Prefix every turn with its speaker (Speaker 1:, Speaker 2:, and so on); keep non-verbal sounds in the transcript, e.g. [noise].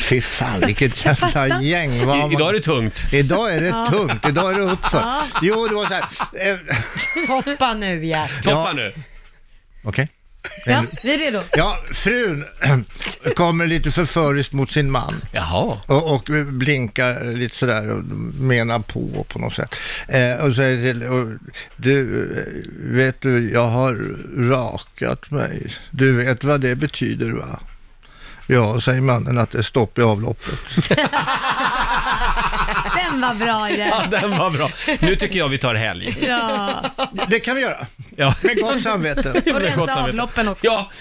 Speaker 1: Fy fan, vilket jävla gäng. Vad har man-
Speaker 2: I, idag är det tungt.
Speaker 1: Idag är det tungt, idag är det uppför. Jo, det var så här. Eh,
Speaker 3: Toppa nu Gert.
Speaker 2: Toppa
Speaker 1: Ja.
Speaker 2: nu.
Speaker 1: Okej.
Speaker 3: Ja, vi är redo.
Speaker 1: Ja, frun [clears throat] kommer lite förföriskt mot sin man.
Speaker 2: Jaha.
Speaker 1: Och, och blinkar lite sådär och menar på på något sätt. Eh, och säger till, och, du, eh, vet du, jag har rakat mig. Du vet vad det betyder va? Ja, säger mannen att det är stopp i
Speaker 2: [laughs]
Speaker 1: avloppet.
Speaker 3: Den var
Speaker 2: Ja,
Speaker 3: bra Gert.
Speaker 2: den var bra. Nu tycker jag vi tar helg.
Speaker 3: Ja.
Speaker 1: Det kan vi göra,
Speaker 2: Ja.
Speaker 1: med gott samvete.
Speaker 3: Och
Speaker 2: Med gott
Speaker 3: rensa
Speaker 2: samvete.
Speaker 3: avloppen också.
Speaker 2: Ja,